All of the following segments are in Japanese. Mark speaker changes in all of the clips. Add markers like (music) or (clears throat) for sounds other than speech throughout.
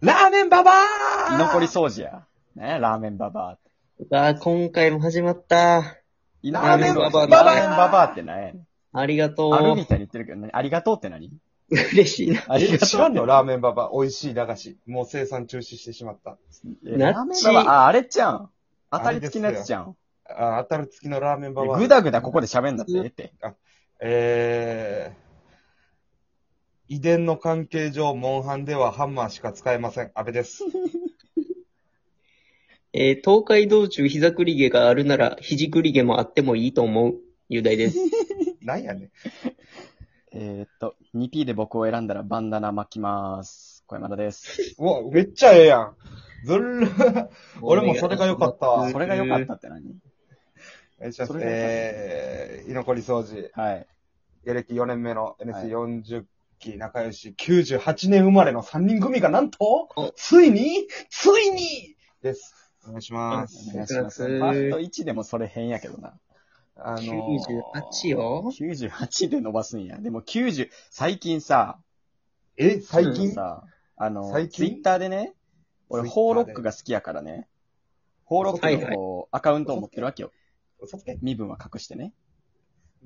Speaker 1: ラーメンババ
Speaker 2: 居
Speaker 1: ー
Speaker 2: 残り掃除や。ね、ラーメンババア。
Speaker 3: あー今回も始まった。
Speaker 2: 居
Speaker 1: ラーメン
Speaker 2: 居残り掃
Speaker 1: バ
Speaker 2: 除
Speaker 1: バア
Speaker 2: ラーメンババアって何やねん
Speaker 3: ありがと
Speaker 2: ある
Speaker 3: う
Speaker 2: み。たいに言ってるけど、何ありがとうって何
Speaker 3: 嬉しいな。
Speaker 2: ありが
Speaker 1: え
Speaker 2: とう。
Speaker 1: 知らんのラーメンババア、美味しい駄菓子。もう生産中止してしまった。
Speaker 2: え
Speaker 3: ナッチ
Speaker 2: ラーメンババア、あ、あれちゃうん。当たり付きのやつちゃうん。
Speaker 1: あ、当たる付きのラーメンババア。
Speaker 2: ぐだぐだここで喋んだってええって。
Speaker 1: えー、遺伝の関係上、モンハンではハンマーしか使えません。安倍 (laughs) です。
Speaker 3: えー東海道中膝栗毛があるなら、肘栗毛もあってもいいと思う。雄大です。
Speaker 1: なんやね
Speaker 2: えーっと、2P で僕を選んだらバンダナ巻きます。小山田です。
Speaker 1: ん。うわ、めっちゃええやん。ずるー。俺もそれが良かったわ
Speaker 2: それが良かったって何
Speaker 1: お願いします
Speaker 2: それが
Speaker 1: えー、居残り掃除。
Speaker 2: はい。
Speaker 1: 芸歴4年目の
Speaker 2: はい
Speaker 1: NS40 期仲良し98年生まれの3人組がなんと
Speaker 3: お、
Speaker 1: ついに、ついにです。お願いします
Speaker 2: お。願いします。パート1でもそれ変やけどな。
Speaker 1: あのー
Speaker 3: 98。よ。
Speaker 2: 98で伸ばすんや。でも90、最近さ、
Speaker 1: え、最近、
Speaker 2: さ、あの、
Speaker 1: 最
Speaker 2: ツイ
Speaker 1: 近
Speaker 2: ッターでね、俺、
Speaker 1: Twitter で
Speaker 2: ホーロックが好きやからね、ホーロックのこうアカウントを持ってるわけよ。
Speaker 1: 嘘つけ。
Speaker 2: 身分は隠してね。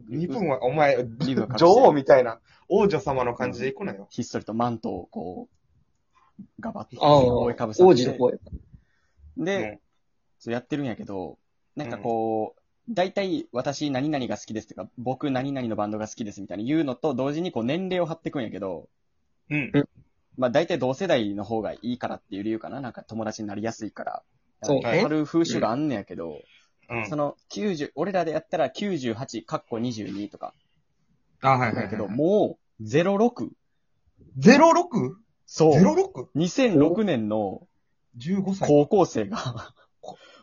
Speaker 1: 身分は、お前、
Speaker 2: 身分は隠して
Speaker 1: 女王みたいな、王女様の感じで行くなよ。
Speaker 2: ひっそりとマントをこう、ガバッと
Speaker 3: ああ、
Speaker 2: 覆
Speaker 3: 王
Speaker 2: いかぶさっ
Speaker 3: 子の
Speaker 2: て。
Speaker 3: 声。
Speaker 2: で、そうやってるんやけど、なんかこう、大体私何々が好きですとか、僕何々のバンドが好きですみたいに言うのと同時にこう年齢を張ってくんやけど、
Speaker 1: うん。
Speaker 2: まあ大体同世代の方がいいからっていう理由かな。なんか友達になりやすいから。
Speaker 3: そう
Speaker 1: ね
Speaker 2: ある風習があんねやけど、
Speaker 1: うん。
Speaker 2: その90、俺らでやったら98、カッコ22とか、
Speaker 1: あ、はい
Speaker 2: だけど、もう06。
Speaker 1: 06?06?
Speaker 2: そう。2006年の
Speaker 1: 15歳。
Speaker 2: 高校生が、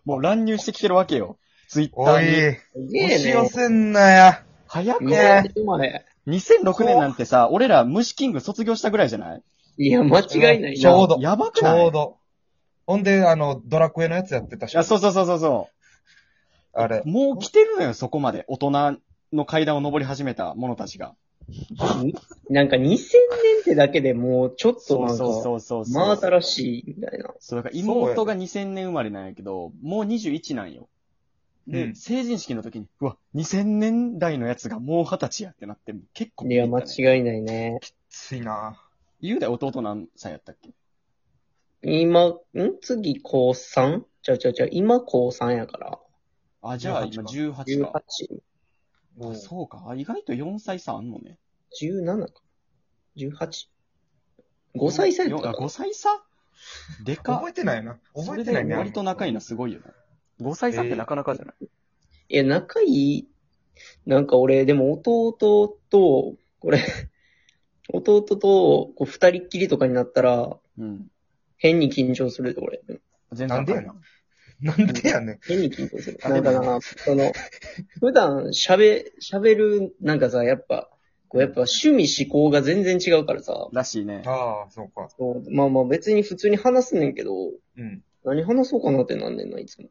Speaker 2: もう乱入してきてるわけよ。ツイッタ
Speaker 1: お
Speaker 2: ーに。
Speaker 1: い、
Speaker 3: すげ
Speaker 1: 押
Speaker 3: え
Speaker 1: し
Speaker 3: ね。
Speaker 1: 寄せんなや。
Speaker 2: 早く
Speaker 3: う
Speaker 2: ね。
Speaker 3: わ生まれ。
Speaker 2: 2006年なんてさ、俺ら虫キング卒業したぐらいじゃない
Speaker 3: いや、間違いないな。
Speaker 1: ちょうど
Speaker 2: やばく
Speaker 1: ち
Speaker 2: ない
Speaker 1: ょうど。ほんで、あの、ドラクエのやつやってた
Speaker 2: い
Speaker 1: し
Speaker 2: や、。そうそうそうそうそ
Speaker 1: あれ
Speaker 2: う。。もう来てるのよ、そこまで。大人の階段を登り始めた者たちが。
Speaker 3: なんか2000年ってだけでもう、ちょっと
Speaker 2: そう
Speaker 3: なん
Speaker 2: そう
Speaker 3: か、
Speaker 2: そうそう。
Speaker 3: 真
Speaker 2: ら
Speaker 3: 新しいみたいな。
Speaker 2: そう、だから妹が2000年生まれなんやけど、もう21なんよ。で、
Speaker 1: うん
Speaker 2: 成人式の時に、うわ、2000年代のやつがもう20歳やってなって、結構
Speaker 3: い
Speaker 2: 見え
Speaker 3: や、
Speaker 2: たね、
Speaker 3: 間違いないね。
Speaker 1: ついな
Speaker 2: 雄大弟何歳やったっけ
Speaker 3: 今、ん次、高 3? ちゃうちゃうちゃう、今高3やから。
Speaker 2: あ、じゃあ今18か。
Speaker 3: 18、
Speaker 1: も
Speaker 2: あ
Speaker 1: う
Speaker 2: そうか。あ意外と4歳差あんのね。
Speaker 3: 17か。18。5歳差やった
Speaker 2: よあ
Speaker 3: か
Speaker 2: 5歳差でか
Speaker 1: 覚え。てないな。
Speaker 2: そ
Speaker 1: 覚
Speaker 2: れ
Speaker 1: えてない
Speaker 2: で
Speaker 1: ね。
Speaker 2: 割と仲いいのすごいよな。5歳差ってなかなかじゃない、
Speaker 3: いや、仲いい。なんか俺、でも弟と、これ、 (laughs) 弟と、こう、二人っきりとかになったら、
Speaker 2: うん。
Speaker 3: 変に緊張するで、俺。
Speaker 2: 全
Speaker 1: な
Speaker 2: 然
Speaker 1: んでやねんなんでやねん。
Speaker 3: 変に緊張する。
Speaker 2: あ
Speaker 3: なんかな、その、普段喋、喋る、なんかさ、やっぱ、こう、やっぱ趣味思考が全然違うからさ、
Speaker 2: らしいね。
Speaker 1: ああ、そうか。
Speaker 3: そうまあまあ別に普通に話すねんけど、
Speaker 1: うん。
Speaker 3: 何話そうかなってなんねんな、いつも。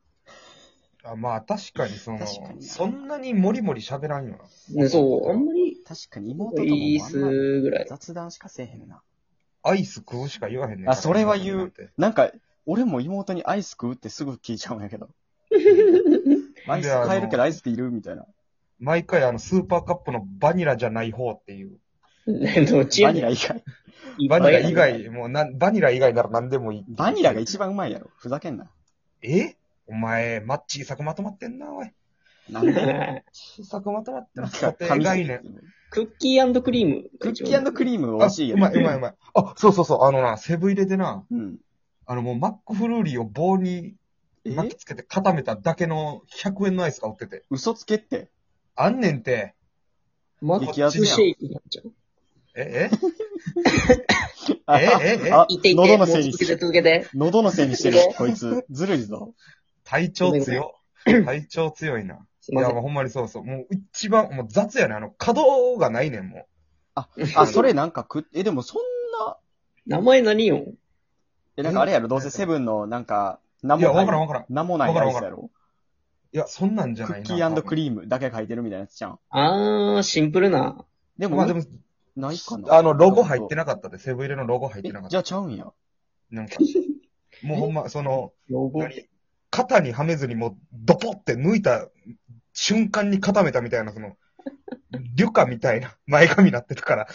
Speaker 1: あまあ、確かにその
Speaker 2: 確かに、な
Speaker 1: そんなにもりもり喋らんよ
Speaker 3: ね、そう、あんまり、
Speaker 2: 確かに妹とかも
Speaker 3: いいっ
Speaker 2: あんます
Speaker 3: ぐらい。
Speaker 2: 雑談しかせえへんな。
Speaker 1: な。アイス食うしか言わへんねんから。
Speaker 2: あそれは言う
Speaker 1: なんて。
Speaker 2: なんか、俺も妹にアイス食うってすぐ聞いちゃうんやけど。 (laughs) アイス買えるけどアイスっているみたいな。
Speaker 1: 毎回あの、スーパーカップのバニラじゃない方っていう。
Speaker 3: ね、どっち
Speaker 2: バ
Speaker 3: や
Speaker 2: ニ
Speaker 3: ねん
Speaker 2: ラ以外。
Speaker 3: いっぱ
Speaker 1: バ
Speaker 3: い
Speaker 1: ニラ
Speaker 3: やね
Speaker 1: 以外、もうなん、バニラ以外なら何でもいい。
Speaker 2: バニラが一番うまいやろ。ふざけんな。
Speaker 1: えお前、マッチー作まとまってんな、おい。
Speaker 2: な
Speaker 1: (laughs)
Speaker 2: んで
Speaker 1: 小さくまとまって
Speaker 2: なん
Speaker 1: る。
Speaker 2: か
Speaker 1: 固
Speaker 2: 噛
Speaker 1: 定
Speaker 2: みす
Speaker 1: 概
Speaker 2: ぎ
Speaker 1: 念
Speaker 2: て。
Speaker 3: クッキークリーム。
Speaker 2: クッキー
Speaker 3: ク
Speaker 2: クリーム美
Speaker 1: あ
Speaker 2: 味しいよ
Speaker 1: う
Speaker 2: ね。
Speaker 1: まいうまいうまい。あ、そうそうそう。あのな、セブ入れでな、
Speaker 2: うん。
Speaker 1: あのもうマックフルーリーを棒に巻き
Speaker 2: え
Speaker 1: つけて固めただけの100円のアイスが売ってて。
Speaker 2: 嘘つけって。
Speaker 1: あんねんて。
Speaker 3: ーム。マ
Speaker 2: 激ア
Speaker 3: ッ
Speaker 2: ツや
Speaker 3: ク
Speaker 2: ん
Speaker 3: シェイクになっちゃう。
Speaker 1: え、
Speaker 2: あ
Speaker 1: えええ
Speaker 2: あ
Speaker 3: いていて、
Speaker 2: 喉
Speaker 3: も
Speaker 2: の
Speaker 3: う
Speaker 2: せいに
Speaker 3: 続け
Speaker 2: しててる。
Speaker 3: 続けて。
Speaker 2: 喉のせいにしてる。こいつ。ずるいぞ。
Speaker 1: 体調強。 (clears throat) 体調強いな。
Speaker 3: すい
Speaker 1: い
Speaker 3: ま
Speaker 1: や、
Speaker 3: せ
Speaker 1: も
Speaker 3: ん。
Speaker 1: うほんまにそうそう。もう一番、もう雑やねん。あの、稼働がないねん、も
Speaker 2: あ、それなんか食っえ、でもそんな、
Speaker 3: 名前何よ
Speaker 2: え、なんかあれやろ、どうせセブンのなんか、名
Speaker 1: う。いや、
Speaker 2: もな
Speaker 1: わ
Speaker 2: い
Speaker 1: からんわからん。
Speaker 2: 名もないやつやろ。
Speaker 1: いや、そんなんじゃ
Speaker 2: ク
Speaker 1: ない
Speaker 2: ッ
Speaker 1: な。
Speaker 2: キークリームだけ書いてるみたいなやつじゃん。
Speaker 3: あー、シンプルな。
Speaker 2: でも、
Speaker 1: まあでも、
Speaker 2: ないかな。
Speaker 1: あの、ロゴ入ってな
Speaker 2: な
Speaker 1: かったで、セブン入れのロゴ入ってなかっ
Speaker 2: じ
Speaker 1: た。
Speaker 2: ゃあちゃうんや。
Speaker 1: なんか、もうほんま、その、
Speaker 3: 要望。
Speaker 1: 何肩にはめずにもう、ドポって抜いた瞬間に固めたみたいな、そ
Speaker 2: (laughs)
Speaker 1: の、リュカみたいな前髪になってたから、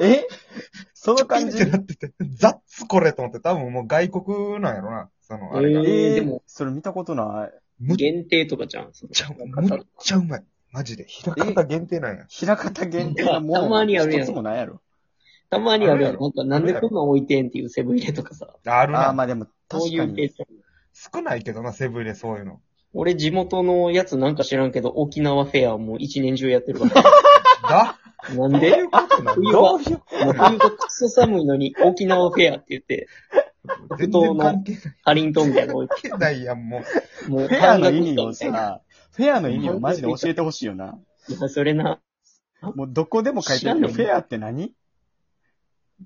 Speaker 2: え (laughs) その
Speaker 1: ピン
Speaker 2: 感
Speaker 1: っ
Speaker 2: じ
Speaker 1: てなってて、ザッツこれと思って、多分もう外国なんやろな、その、あれが。
Speaker 3: えー
Speaker 2: えー、
Speaker 3: で
Speaker 2: で
Speaker 3: も
Speaker 2: も、それ見たことない。
Speaker 1: むっち
Speaker 3: 限定とかじゃん。その
Speaker 1: ゃ、むっちゃうまい。マジで。平方限定なんや。
Speaker 2: 平方限定がもう、
Speaker 3: たまにあるやん
Speaker 2: 一つもないやろ。
Speaker 3: たまにある
Speaker 1: あ
Speaker 3: や
Speaker 1: るや
Speaker 3: ろ。
Speaker 1: ろ
Speaker 3: なんか、なんでこんなん置いてんっていうセブン入れとかさ。
Speaker 1: ある
Speaker 2: ああー、
Speaker 1: な。
Speaker 2: まあでも、
Speaker 3: そう
Speaker 2: 確
Speaker 3: い
Speaker 2: か
Speaker 3: う系
Speaker 2: に。
Speaker 3: ちゃう
Speaker 1: 少ないけどな、セブンでそういうの。
Speaker 3: 俺、地元のやつなんか知らんけど、沖縄フェアもう一年中やってるから。
Speaker 1: だ
Speaker 3: なんで冬
Speaker 2: ど
Speaker 3: は、
Speaker 2: ういう
Speaker 3: もう冬がくそ寒いのに、沖縄フェアって言って、
Speaker 1: 全然関係ない
Speaker 3: ハリントンみたいなの置いて、
Speaker 1: 関係ないやん、もう。
Speaker 3: もう
Speaker 2: フェア
Speaker 3: 半
Speaker 2: の
Speaker 3: 額
Speaker 2: 意
Speaker 3: 以
Speaker 2: 味
Speaker 3: 下
Speaker 2: を
Speaker 3: みたいな。
Speaker 2: さ、フェアの意味をマジで教えてほしいよな。
Speaker 3: いやそれな、
Speaker 2: もうどこでも書いてあるけど、
Speaker 3: 知
Speaker 2: フ
Speaker 3: らん
Speaker 2: ェアって何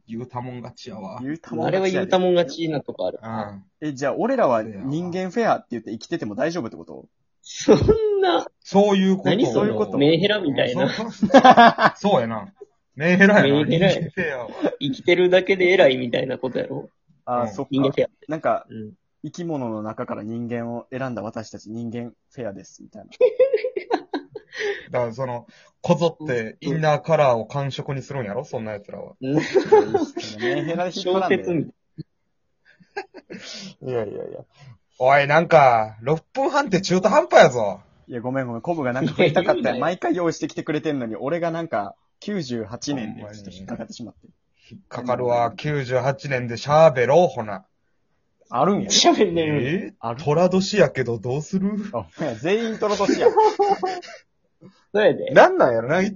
Speaker 1: 言うたもん勝ちやわ。
Speaker 2: 言うたもん
Speaker 3: あれは言うたもん勝ちなとこある。
Speaker 1: うん。
Speaker 2: え、じゃあ俺らは人間フェアって言って生きてても大丈夫ってこと
Speaker 3: そんな、
Speaker 1: そういうこと。
Speaker 3: 何そ
Speaker 2: そういうこと
Speaker 3: の、メンヘラみたいな。
Speaker 1: そうそう (laughs) そうやな。メンヘラやな。
Speaker 3: メンヘラや
Speaker 1: 人間性やわ
Speaker 3: 生きてるだけで偉いみたいなことやろ。
Speaker 1: う
Speaker 2: ああ、
Speaker 1: ん
Speaker 2: そっ
Speaker 3: 人間
Speaker 2: か
Speaker 3: フ。ェア。
Speaker 2: なんか、
Speaker 3: うん。
Speaker 2: 生き物の中から人間を選んだ私たち人間フェアです、みた
Speaker 3: (laughs)
Speaker 2: いな。
Speaker 1: だからその、こぞってインナーカラーを感触にするんやろそんな奴らは。
Speaker 2: メンヘラで引っ張
Speaker 3: 小
Speaker 2: らんで
Speaker 3: 説みたい
Speaker 1: いやいやいや。おい、なんか、6分半って中途半端やぞ。
Speaker 2: いや、ごめんごめん。コブがなんか振りたかっ
Speaker 3: い
Speaker 2: た
Speaker 3: や
Speaker 2: よ。
Speaker 3: いいね
Speaker 2: 毎回用意してきてくれてんのに、俺がなんか、98年でちょっと引っかかってしまって。
Speaker 1: かかるわ、98年でシャーベローほな。
Speaker 2: あるんや
Speaker 3: な。。喋んねえ
Speaker 1: え
Speaker 2: ある。
Speaker 1: 虎年やけどどうする
Speaker 2: あほんや全員トロ年や。
Speaker 3: そうやで。
Speaker 1: なんなんやろな
Speaker 3: で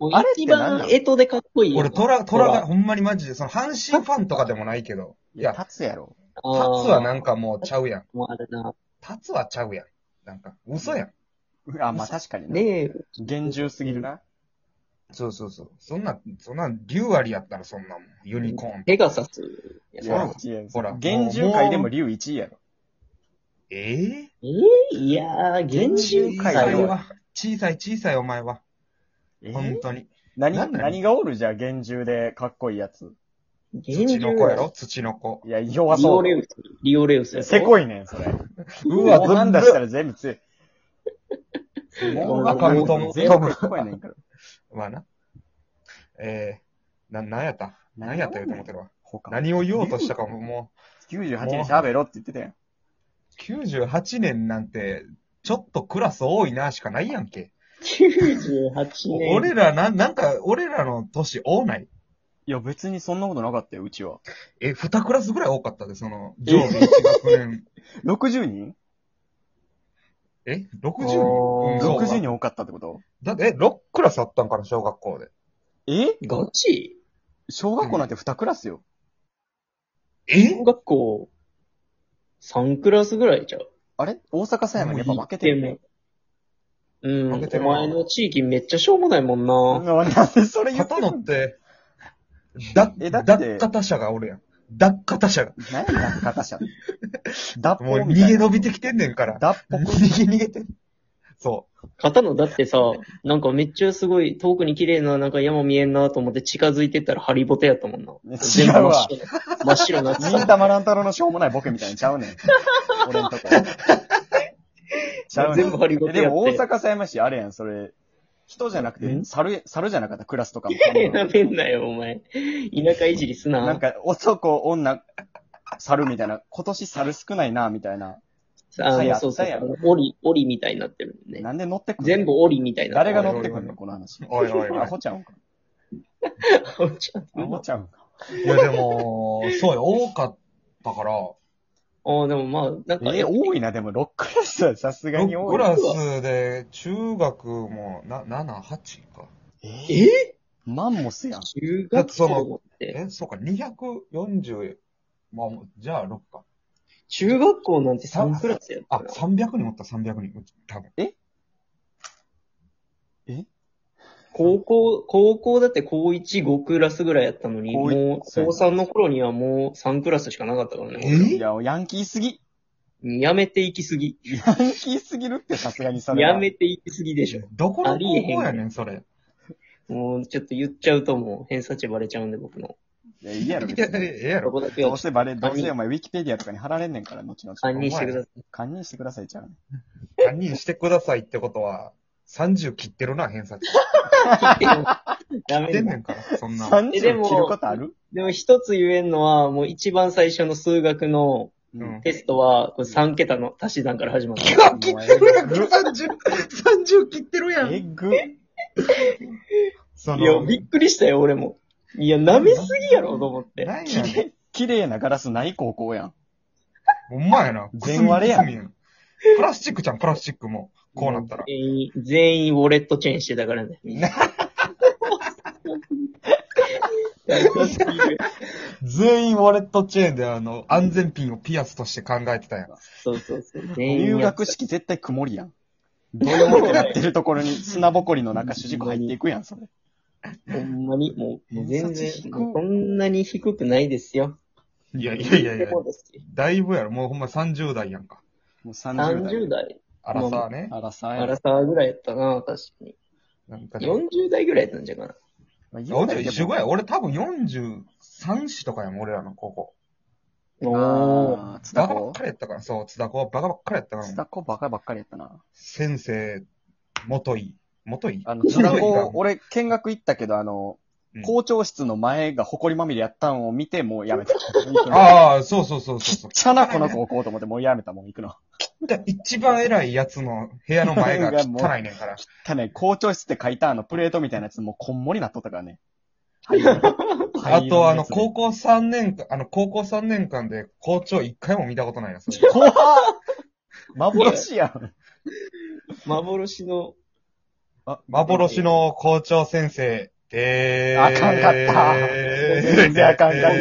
Speaker 3: も
Speaker 2: あれって
Speaker 3: 一
Speaker 2: 何なの
Speaker 3: 番、えとでかっこいいよ。
Speaker 1: 俺、虎、虎
Speaker 3: 虎
Speaker 1: がほんまにマジで、その、阪神ファンとかでもないけど。い
Speaker 2: いや、
Speaker 1: や、
Speaker 2: 立つやろ。
Speaker 3: あ
Speaker 1: タツ
Speaker 3: ー
Speaker 1: はなんかもうちゃうやん。
Speaker 3: もあるな。
Speaker 1: タツはちゃうやん。なんか、嘘やん。
Speaker 2: あ、まあ確かにね。
Speaker 3: ねえ、
Speaker 2: 厳重すぎるな。
Speaker 1: そうそうそう。そんな、そんな、竜割りやったらそんなもん。ユニコーン。
Speaker 3: ペガサス。や
Speaker 2: い
Speaker 1: ほ
Speaker 2: や
Speaker 1: ら
Speaker 3: さ、
Speaker 2: 違う
Speaker 1: ほら
Speaker 2: 厳重界でも竜1位やろ。
Speaker 1: ええ
Speaker 3: えー、いやー、厳
Speaker 1: 小
Speaker 3: 重
Speaker 2: 厳
Speaker 1: さ
Speaker 2: 界
Speaker 1: い
Speaker 3: 界
Speaker 2: よ
Speaker 3: よ。
Speaker 1: わ。小さい小さいお前は。
Speaker 2: え
Speaker 1: 本当に。
Speaker 2: 何
Speaker 1: なんなん
Speaker 2: 何がおるじゃあ、厳重でかっこいいやつ。
Speaker 3: 厳
Speaker 1: 土の子やろ土の子。
Speaker 2: いや、弱
Speaker 3: リ
Speaker 2: そ
Speaker 3: オ
Speaker 2: う
Speaker 3: レ。ウス。リオレウスやろ。
Speaker 2: せこいねん、それ。
Speaker 1: う
Speaker 2: もう
Speaker 1: わ、
Speaker 2: なんだしたら全部強い。
Speaker 1: もうあかん、トム、
Speaker 2: 全
Speaker 1: ト
Speaker 2: 部
Speaker 1: ム。
Speaker 2: かっこいいねんから。
Speaker 1: まあな。えー、な、なんやった何やったよと思ってるわ。
Speaker 2: 他
Speaker 1: 何を言おうとしたかも、も
Speaker 2: 98年喋ろって言ってたやん。
Speaker 1: う、98年なんて、ちょっとクラス多いな、しかないやんけ。
Speaker 3: 98年。
Speaker 1: 俺ら、な、なんか、俺らの年多ない。
Speaker 2: いや、別にそんなことなかったよ、うちは。
Speaker 1: え、二クラスぐらい多かったで、その、上部1学年。
Speaker 2: 60人
Speaker 1: え ?60
Speaker 3: おー
Speaker 1: 人、そうか
Speaker 2: ?60 人多かったってこと
Speaker 1: だって、え、6クラスあったんかな、小学校で。
Speaker 2: え
Speaker 3: ガチ
Speaker 2: 小学校なんて2クラスよ。
Speaker 1: え
Speaker 3: 小学校、3クラスぐらいちゃう。
Speaker 2: あれ大阪狭山にやっぱ負けてるね。
Speaker 3: うん。
Speaker 1: 負けて
Speaker 3: お
Speaker 1: るな
Speaker 3: 前の地域めっちゃしょうもないもんな。
Speaker 2: なんでそれ言って
Speaker 1: 片
Speaker 2: ん
Speaker 1: 野
Speaker 2: の
Speaker 1: って、だ、
Speaker 2: えだっ
Speaker 1: 脱
Speaker 2: て
Speaker 1: 方者がおるやん。脱方者が。
Speaker 2: 何や、なんか者。脱
Speaker 1: もう
Speaker 2: 法
Speaker 1: 逃
Speaker 2: みたい
Speaker 1: げ
Speaker 2: な。
Speaker 1: 延びてきてんねんから。
Speaker 2: 脱法。
Speaker 1: 逃げ逃げてん。そ
Speaker 3: 片野だっ
Speaker 2: (laughs)
Speaker 3: てさ、なんかめっちゃすごい遠くに綺麗ななんか山見えんなと思って近づいてったらハリボテやったもんな。
Speaker 2: 違
Speaker 3: 全部
Speaker 2: うわ。
Speaker 3: 真っ白な。真っ白なって
Speaker 2: 忍
Speaker 3: た。
Speaker 2: たま乱太郎のしょうもないボケみたいにちゃうねん。俺んとこ。ちゃうね
Speaker 3: 全
Speaker 2: ん
Speaker 3: 部。ハリボ
Speaker 2: え
Speaker 3: テ
Speaker 2: で
Speaker 3: やっ
Speaker 2: も大
Speaker 3: て。
Speaker 2: 阪狭山市あれやん、それ。人じゃなくて、
Speaker 3: ん
Speaker 2: 猿、猿じゃなかった、クラスとかも。
Speaker 3: なめんなよ、お前。田舎いじりすな。
Speaker 2: なんか、男、女、猿みたいな、今年猿少ないな、みたいな。
Speaker 3: あ
Speaker 2: さ
Speaker 3: の、
Speaker 2: や
Speaker 3: そうそ
Speaker 2: さや
Speaker 3: う。オリ、オリみたいになってるもんね。
Speaker 2: なんで乗ってくんの
Speaker 3: 全部オリみたいになって
Speaker 2: 誰が
Speaker 3: る。 (laughs)
Speaker 2: 乗ってくんのこの話
Speaker 1: う。。おいおいお
Speaker 2: ア
Speaker 1: い。
Speaker 2: ホちゃうんか。アホ
Speaker 3: あ
Speaker 2: ちゃうんか。
Speaker 1: いやでも、そうよ、多かったから、
Speaker 3: あ、でもまあ、なんか、
Speaker 2: え、多いな、でも6クラスはさすがに
Speaker 1: 6
Speaker 2: 多
Speaker 1: ク
Speaker 2: い。
Speaker 1: ラスで中学もな、7、8か。
Speaker 2: え
Speaker 3: え
Speaker 2: マンモスやん。
Speaker 3: 中学校って、
Speaker 1: え、そうか、240、まあ、じゃあ6か。
Speaker 3: 中学校なんて3クラスやった
Speaker 1: あ、
Speaker 3: ら。
Speaker 1: 300人おった、300人。多分。
Speaker 3: 高校、高校だって高1、5クラスぐらいやったのに、
Speaker 2: 高一
Speaker 3: もう、
Speaker 2: そう
Speaker 3: 高3の頃にはもう3クラスしかなかったからね。
Speaker 2: いや、ヤンキーすぎ。
Speaker 3: やめていきすぎ。
Speaker 2: ヤンキーすぎるってさすがにそれは。
Speaker 3: やめていきすぎでしょ。
Speaker 1: どこの
Speaker 3: ありえ
Speaker 1: 高
Speaker 3: へん
Speaker 1: 校やねん、それ。
Speaker 3: もう、ちょっと言っちゃうともう、偏差値バレちゃうんで、僕の。
Speaker 2: いや、いいやろ、
Speaker 1: い
Speaker 2: 別
Speaker 1: や、
Speaker 2: に。
Speaker 1: ええや
Speaker 3: そ
Speaker 1: ろ。
Speaker 3: こだけ
Speaker 2: ど
Speaker 3: を
Speaker 2: うせバレ、どう
Speaker 3: 堪
Speaker 2: せ
Speaker 3: 忍
Speaker 2: お前、ウィキペディアとかに貼られんねんから、後々。
Speaker 3: 堪忍してください。
Speaker 2: 堪忍してください、ちゃうね。
Speaker 1: 堪忍してくださいってことは、30切ってるな、偏差値。
Speaker 3: (laughs) ダ
Speaker 1: 切
Speaker 3: メ
Speaker 1: っ
Speaker 3: だ
Speaker 1: てんねん (laughs) から、そんな。
Speaker 2: 30
Speaker 3: え
Speaker 2: 切
Speaker 3: で
Speaker 2: る
Speaker 3: も
Speaker 2: ことある
Speaker 3: でも一つ言えんのは、もう一番最初の数学の
Speaker 1: うん
Speaker 2: うん
Speaker 3: テストは、3桁の足し算から始まった。
Speaker 1: 切ってるやん、30、30切ってるや
Speaker 2: え
Speaker 1: ん。
Speaker 2: ぐ。
Speaker 1: そ
Speaker 3: いや、びっくりしたよ、俺も。いや、舐めすぎやろ、と思って。
Speaker 1: なん
Speaker 2: 綺
Speaker 1: やねん。
Speaker 2: 麗、綺麗なガラスない高校やん。
Speaker 1: ほんまやな。
Speaker 2: 全割れやん
Speaker 1: くすみくすみんプラスチックちゃん、プラスチックも。こうなったら。
Speaker 3: 全員、全員ウォレットチェーンしてたか
Speaker 1: (laughs)
Speaker 3: らね。みんな。
Speaker 1: 全員ウォレットチェーンで、あの、安全ピンをピアスとして考えてたやん。
Speaker 3: そうそうそう。全員
Speaker 2: 入
Speaker 3: やっ
Speaker 2: 学式絶対曇りやん。どよーってなってるところに砂ぼこりの中主人公入っていくやん、それ。
Speaker 3: ほんまに、もう、もう全然
Speaker 2: 偏差値低、い
Speaker 3: もうそんなに低くないですよ。
Speaker 1: いやいやいやいや
Speaker 3: で、もですよ
Speaker 1: だいぶやろ。もうほんま30代やんか。
Speaker 2: もう30代。
Speaker 3: 30代、
Speaker 1: あらさね。
Speaker 2: あらさ
Speaker 3: ア
Speaker 2: や
Speaker 3: ラ。サーぐらいやったな、確かに。
Speaker 1: なんかね
Speaker 3: 40代ぐらいやったんじゃないか
Speaker 2: まあ
Speaker 1: 40一緒ぐらい。
Speaker 2: あ
Speaker 1: 俺多分43子とかやもん、俺らの高校。
Speaker 3: な。
Speaker 2: ー、津田
Speaker 1: バカばっ
Speaker 2: 子
Speaker 1: かりやったから、そう、津田子はバカばっかりやったか
Speaker 2: 津
Speaker 1: ら。
Speaker 2: 田子バカばっかりやったな。
Speaker 1: 先生、元井。元井
Speaker 2: あの、津田
Speaker 1: 元井が
Speaker 2: 子、俺見学行ったけど、あの
Speaker 1: うん、
Speaker 2: 校長室の前が埃まみれやったんを見て、もうやめた。
Speaker 1: ああ、そうそうそうそう
Speaker 2: ち
Speaker 1: そ
Speaker 2: っちゃなこの高校と思って、もうやめた、もう行くの。
Speaker 1: う。だ一番偉いやつの部屋の前
Speaker 2: (laughs)
Speaker 1: が汚いねんから。
Speaker 2: ただね、校長室って書いたあのプレートみたいなやつもうこんもりなっとったからね。
Speaker 1: あと、あの、
Speaker 2: 高
Speaker 1: 高校3年間、あの、高校3年間で校長1回も見たことないな、それ。
Speaker 2: 怖っ幻やん。
Speaker 3: 幻の、
Speaker 1: 幻の校長先生で
Speaker 2: あかんかった
Speaker 1: ーす
Speaker 2: 全然あかんかった